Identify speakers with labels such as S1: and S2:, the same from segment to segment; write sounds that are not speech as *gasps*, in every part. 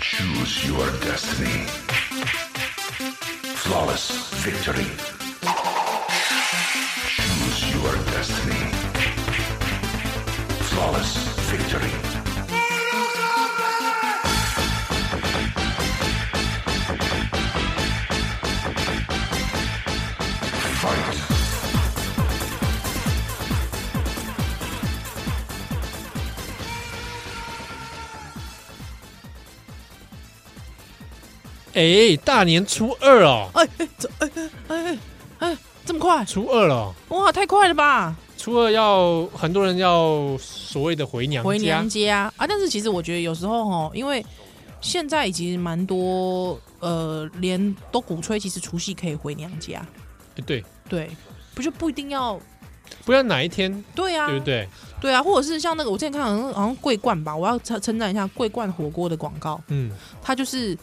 S1: Choose your destiny. Flawless victory. Choose your destiny. Flawless victory. Fight.
S2: 哎，大年初二哦，
S3: 哎哎，这哎哎哎哎，这么快？
S2: 初二了哦，
S3: 哇，太快了吧！
S2: 初二要很多人要所谓的回娘家，
S3: 回娘家啊！但是其实我觉得有时候哦，因为现在已经蛮多呃，连都鼓吹其实除夕可以回娘家，
S2: 哎对，
S3: 对，不就不一定要
S2: 不知道哪一天，
S3: 对啊，
S2: 对不对？
S3: 对啊，或者是像那个我之前看好像好像桂冠吧，我要称称赞一下桂冠火锅的广告，
S2: 嗯，
S3: 它就是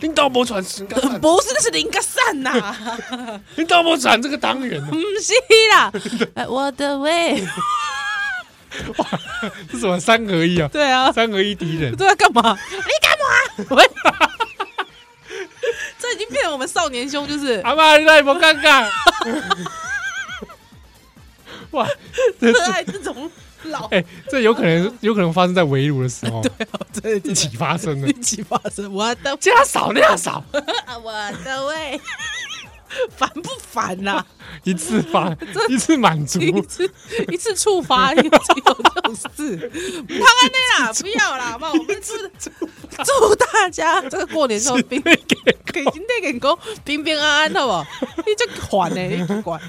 S2: 领导某传，
S3: *laughs* 不是那是林格善呐、
S2: *laughs* 领导某传这个当然啊
S3: *laughs*
S2: 了，
S3: 不是啦，哎我
S2: *laughs*
S3: 的胃，
S2: 是什么三合
S3: *laughs*
S2: 一啊？
S3: 对啊，
S2: 三合一敌人，
S3: 对啊，干嘛？你干嘛？这已经变成我们少年兄，就是
S2: 阿妈你那不尴
S3: *laughs*
S2: 尬？哇，这
S3: 热爱哎这种老
S2: 哎、这有可能有可能发生在围炉的时候，
S3: *laughs* 对
S2: 一起发生的
S3: *laughs* 一，起发生。我的
S2: 这样少那样少，
S3: 我的胃， *laughs* 烦不烦啊呐、
S2: *laughs* 一次
S3: *laughs*
S2: 发一次满足，
S3: 一次一次触发，一次有这种事，不要安内啦，不要啦，好不好？我们祝祝大家这个过年之后平
S2: 对给
S3: 给今天给讲平平安安，好不好？你这款呢、你这款。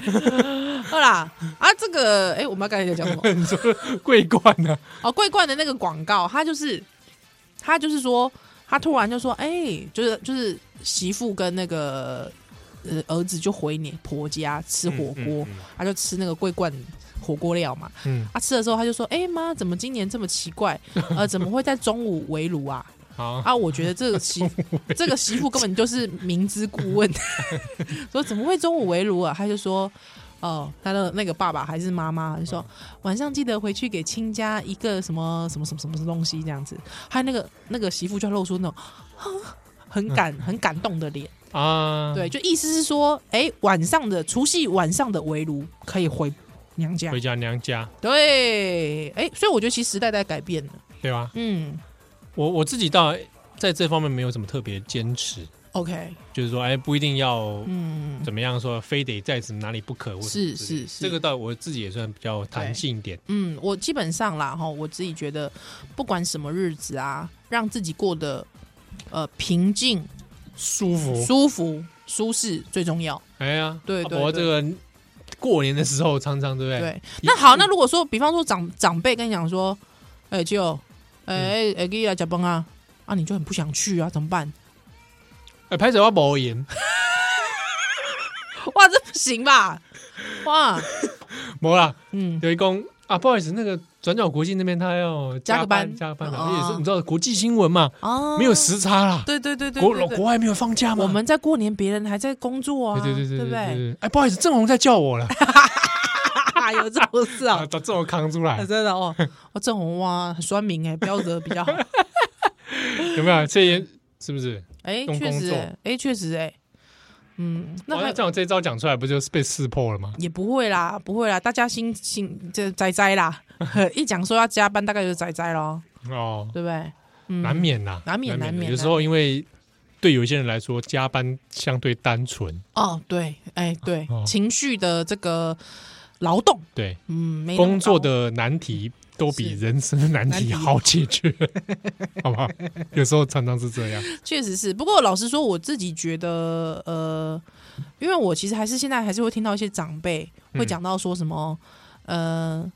S3: 好啦，啊，这个哎、我们要刚才在讲什么？
S2: 你 *laughs* 说桂冠呢、啊？
S3: 哦，桂冠的那个广告，他就是他就是说，他突然就说，哎、就是就是媳妇跟那个呃儿子就回你婆家吃火锅，
S2: 嗯嗯嗯
S3: 他就吃那个桂冠火锅料嘛。
S2: 嗯，
S3: 他、吃的时候他就说，哎、妈，怎么今年这么奇怪？呃，怎么会在中午围炉啊？
S2: 好，
S3: *laughs* 啊，我觉得这个媳这个媳妇根本就是明知故问， *laughs* 说怎么会中午围炉啊？他就说，哦，他的那个爸爸还是妈妈就说，晚上记得回去给亲家一个什么什么什么什么东西这样子。还有那个那个媳妇就露出那种 *gasps* 啊很感很感动的脸，
S2: 啊，
S3: 对，就意思是说，哎，晚上的除夕晚上的围炉可以回娘家
S2: 回，家娘家，
S3: 对，哎，所以我觉得其实时代在改变了，
S2: 对吧？
S3: 嗯
S2: 我我自己倒在这方面没有什么特别坚持，
S3: ，OK，
S2: 就是说，哎，不一定要
S3: 嗯，
S2: 怎么样说，非得在什么哪里不可，或者
S3: 是
S2: 之类的
S3: 是是
S2: 这个倒我自己也算比较弹性一点，
S3: 嗯，我基本上啦，哈，我自己觉得，不管什么日子啊，让自己过得呃平静、
S2: 舒服。
S3: 舒服、舒适最重要。
S2: 哎呀，
S3: 对对
S2: 我这
S3: 对
S2: 个过年的时候常常对不对？
S3: 对，那好，那如果说，比方说长长辈跟你讲说，哎、舅，哎
S2: 嗯
S3: 哎哎，给你来加班啊，啊，你就很不想去啊，怎么办？ *laughs*
S2: 哎，拍手要保严，
S3: 哇，这不行吧？哇，
S2: 没啦，
S3: 嗯，
S2: 有一公啊，不好意思，那个转角国际那边他要
S3: 加个班
S2: 加班
S3: 哦
S2: 啊，也是你知道国际新闻嘛，
S3: 哦，
S2: 没有，时差啦，
S3: 对对对对
S2: 国
S3: 对对
S2: 国外没有放假嘛，
S3: 我们在过年，别人还在工作啊，
S2: 对对对
S3: 不
S2: 对
S3: 对？ *laughs*
S2: 对，哎，不好意思，郑红在叫我了，
S3: 啊，有这种事啊
S2: 啊，，把郑红扛出来
S3: *laughs* 啊、，真的哦，哦，郑红哇，很酸民哎、不要惹比
S2: *laughs*
S3: 较好。
S2: 有没有？这也是不是？
S3: 哎、
S2: 用
S3: 确
S2: 工
S3: 实
S2: 作
S3: 哎、哎，确、实哎、嗯，那
S2: 哇
S3: 还
S2: 那这样我这一招讲出来，不就是被识破了吗？
S3: 也不会啦，不会啦，大家心心这仔仔啦，一讲说要加班，大概就是仔仔咯，
S2: 哦，
S3: 对不对？嗯，
S2: 难免呐，
S3: 难免难免
S2: 有时候因为对有些人来说，加班相对单纯，
S3: 哦，对，哎、对，
S2: 哦
S3: 情绪的这个劳动，
S2: 对
S3: 嗯，没那么
S2: 工作
S3: 高
S2: 的难题都比
S3: 是
S2: 人生的难
S3: 难
S2: 题
S3: 题
S2: 好解
S3: *laughs*
S2: 决，好不好？有时候常常是这样，
S3: 确实是，不过老实说，我自己觉得，呃，因为我其实还是现在还是会听到一些长辈会讲到说什么，呃，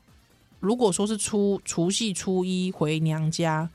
S3: 如果说是初除夕初一回娘家，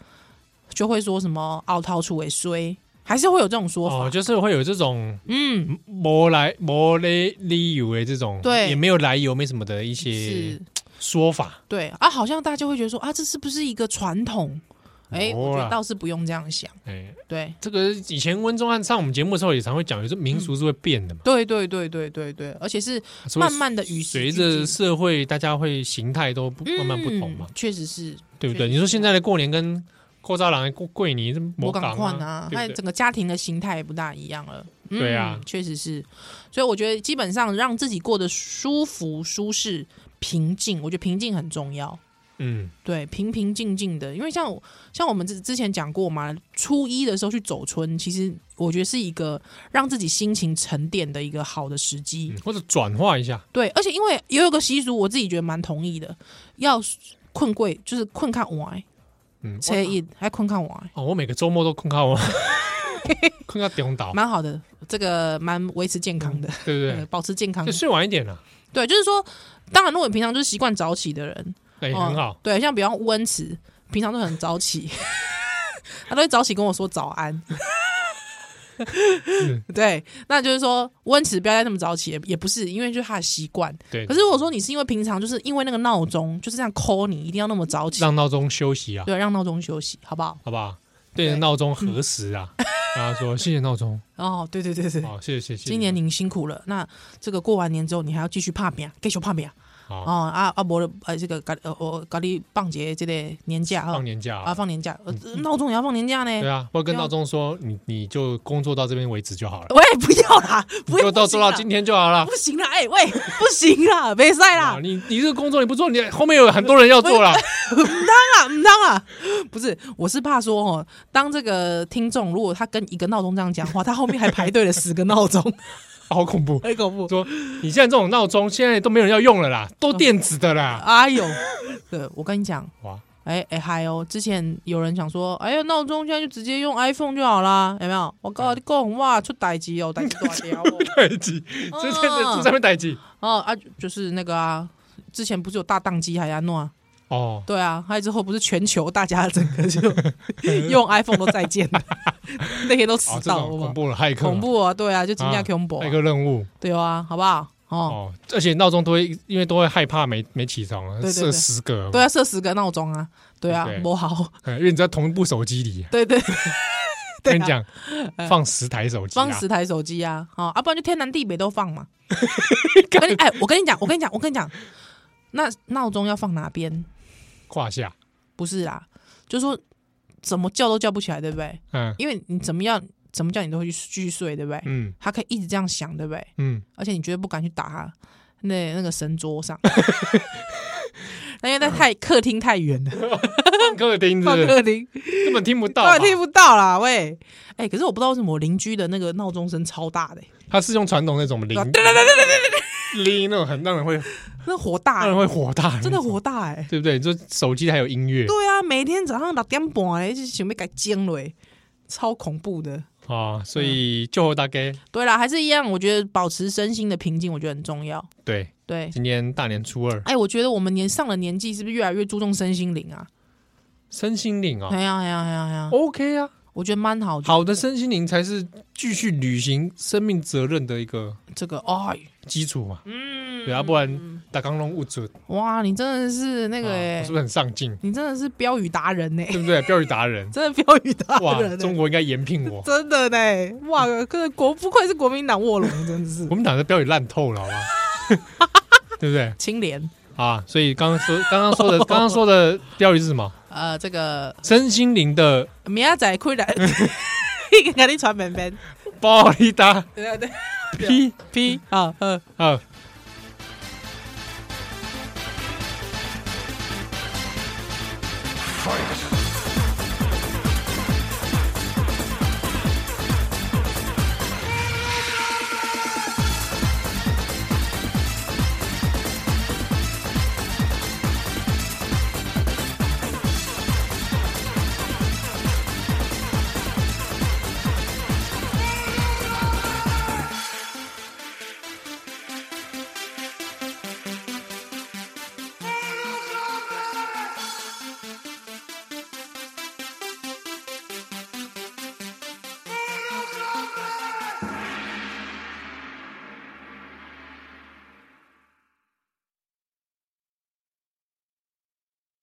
S3: 就会说什么“熬逃出为衰”，还是会有这种说法。
S2: 哦，就是会有这种
S3: 嗯，
S2: 没来没来理由的这种，
S3: 对
S2: 也没有来由，没什么的一些
S3: 是，
S2: 说法，
S3: 对啊，好像大家就会觉得说啊，这是不是一个传统？哎、
S2: 哦
S3: 我觉
S2: 啦
S3: 得倒是不用这样想。
S2: 哎。
S3: 对，
S2: 这个以前温宗汉上我们节目的时候也常会讲，有时候民俗是会变的嘛，
S3: 对，对，对，对，对，对，而且是
S2: 所以
S3: 嗯慢慢的与时
S2: 随
S3: 俱
S2: 着
S3: 进
S2: 社会大家会形态都不慢慢不同嘛
S3: 嗯，确实是，
S2: 对不对？
S3: 确实
S2: 你说现在的过年跟郭渣郎过过年这
S3: 我
S2: 魔
S3: 赶
S2: 港
S3: 快
S2: 啊
S3: 啊，，
S2: 对
S3: 那
S2: 不对
S3: 整个家庭的形态也不大一样了。嗯
S2: 对啊
S3: 确实是。所以我觉得基本上让自己过得舒服、舒适、平静，我觉得平静很重要。
S2: 嗯，
S3: 对，平平静静的，因为像我像我们之之前讲过嘛，初一的时候去走村，其实我觉得是一个让自己心情沉淀的一个好的时机。
S2: 嗯或者转化一下，
S3: 对，而且因为也有个习俗，我自己觉得蛮同意的，要困贵就是困看碗，
S2: 嗯，
S3: 车一还困看碗，
S2: 哦，我每个周末都空靠我， *laughs* 空靠顶
S3: *laughs*
S2: 岛，
S3: 蛮好的，这个蛮维持健康的，
S2: 嗯对
S3: 呃
S2: 不
S3: *laughs* 保持健康
S2: 对？就。睡晚一点啊啦，
S3: 对，就是说，当然，如果你平常就是习惯早起的人，
S2: 哎，
S3: 哦
S2: 很好，
S3: 对，像比方乌恩慈，平常都很早起， *laughs* 他都会早起跟我说早安。
S2: 嗯
S3: *laughs* 对，那就是说乌恩慈不要再那么早起，也也不是因为就是他的习惯。
S2: 对。
S3: 可是如果说你是因为平常就是因为那个闹钟就是这样 call 你，一定要那么早起，
S2: 让闹钟休息啊，
S3: 对，让闹钟休息，好不好？
S2: 好不好？对着
S3: 对
S2: 闹钟核实啊，然后说谢谢闹钟，
S3: 哦，对对对对，
S2: 好，谢谢谢谢。
S3: 今年您辛苦了。那这个过完年之后，你还要继续怕饼，继续怕饼。
S2: 好
S3: 哦啊啊，无呃这个咖呃我咖喱棒节这个年假啊
S2: 放年假嗯
S3: 啊放年假，呃闹钟也要放年假呢。
S2: 对啊，或者跟
S3: 对啊
S2: 闹钟说你你就工作到这边为止就好了，
S3: 喂，不要啦，不
S2: 你就
S3: 要
S2: 到做到今
S3: 天，
S2: 天就好了
S3: 不。行啦，哎、喂，不行啦， *laughs* 没赛啦
S2: 啊，你你这个工作你不做，你后面有很多人要做啦。
S3: 啊，唔当啊，不是，我是怕说哦，当这个听众如果他跟一个闹钟这样讲话，他后面还排队了十个闹钟，
S2: 好恐怖！
S3: 很恐怖。
S2: 说你现在这种闹钟现在都没有人要用了啦，
S3: 哦
S2: 都电子的啦。
S3: 哎呦，对我跟你讲，
S2: 哇，
S3: 哎哎嗨哦！之前有人想说，哎呀，闹钟现在就直接用 iPhone 就好啦，有没有？我
S2: 嗯
S3: 告诉你讲，哇，出代机哦，代机大条哦
S2: 待机， *laughs* 这这这这上面待机
S3: 哦啊，就是那个啊，之前不是有大宕机还要弄啊？
S2: 哦，
S3: 对啊，还之后不是全球大家整个就 *laughs* 用 iPhone 都再见了， *laughs* 那天都迟
S2: 哦，这
S3: 到，
S2: 种恐
S3: 好不好？
S2: 怖了，骇客啊
S3: 恐怖啊！对啊，就惊
S2: 啊
S3: 讶恐怖啊，
S2: 骇客任务
S3: 对啊，好不好？哦，
S2: 哦，而且闹钟都会因为都会害怕没没起床啊，
S3: 对对
S2: 设
S3: 对
S2: 十个，
S3: 对啊，设十个闹钟啊，对啊
S2: 对，
S3: 不好，
S2: 嗯，因为你在同一部手机里，啊
S3: 对对 *laughs*
S2: 跟
S3: 对
S2: 你
S3: 啊。
S2: 讲，放十台手机啊，
S3: 放十台手机啊，哦，啊，不然就天南地北都
S2: *laughs*
S3: 放嘛。我跟你哎，我跟你讲，我跟你讲，我跟你讲，那闹钟要放哪边？
S2: 胯下，
S3: 不是啦，就说怎么叫都叫不起来，对不对？
S2: 嗯
S3: *laughs* 因为你怎么样怎么叫你都会去继续睡，对不对？
S2: 嗯
S3: 它可以一直这样响，对不对？
S2: 嗯，
S3: 而且你绝对不敢去打它那那个神
S2: *laughs*
S3: 桌上，那因为那太客厅太远了，
S2: 放客厅是
S3: 放
S2: 不嗯是
S3: 客厅
S2: 根本听不到
S3: 当 *laughs*
S2: 吧
S3: 然，啊听不到啦，喂，哎、可是我不知道为什么我邻居的那个闹钟声超大的、欸
S2: 他是用传统那
S3: *laughs*
S2: 种铃，铃那种很让人会
S3: 那火大、
S2: 让
S3: 欸
S2: 人会火大，
S3: 真的，火大哎、
S2: 对不对？就手机还有音乐
S3: 对啊，每天早上六点半欸，就是想要给惊了欸，超恐怖的。
S2: 啊，所以就大概
S3: 对啦，还是一样，我觉得保持身心的平静，我觉得很重要。
S2: 对，
S3: 对，
S2: 今天大年初二，
S3: 哎，我觉得我们年上了年纪，是不是越来越注重身心灵啊？
S2: 身心灵啊
S3: 哎呀，哎呀，哎呀，哎呀，
S2: ，OK 啊，
S3: 我觉得蛮好的。
S2: 好的身心灵才是继续履行生命责任的一个
S3: 这个，哎，
S2: 基础嘛，
S3: 嗯，
S2: 对啊，不然打刚龙误准，
S3: 哇，你真的是那个
S2: 啊
S3: 哎、
S2: 是不是很上进？
S3: 你真的是标语达人呢、，
S2: 对不对？标语达人
S3: *laughs* 真的标语达
S2: 哇
S3: 人、，
S2: 中
S3: 欸。
S2: 国应该严聘
S3: *laughs*
S2: 我。
S3: 真的呢，哇，可是国不愧是国民党卧龙，真的 *laughs* 是
S2: 我们党的标语烂透了，好吗？
S3: *laughs*
S2: 对不对
S3: 清廉。
S2: 啊？所以刚刚说，刚刚说的，刚刚说的标语是什么？
S3: 呃，这个
S2: 身心灵的
S3: 明仔载开来， *laughs* 你赶紧传便便。
S2: 暴力达
S3: 对啊对
S2: P
S3: ，P 啊呃，
S2: 啊，
S1: Fight!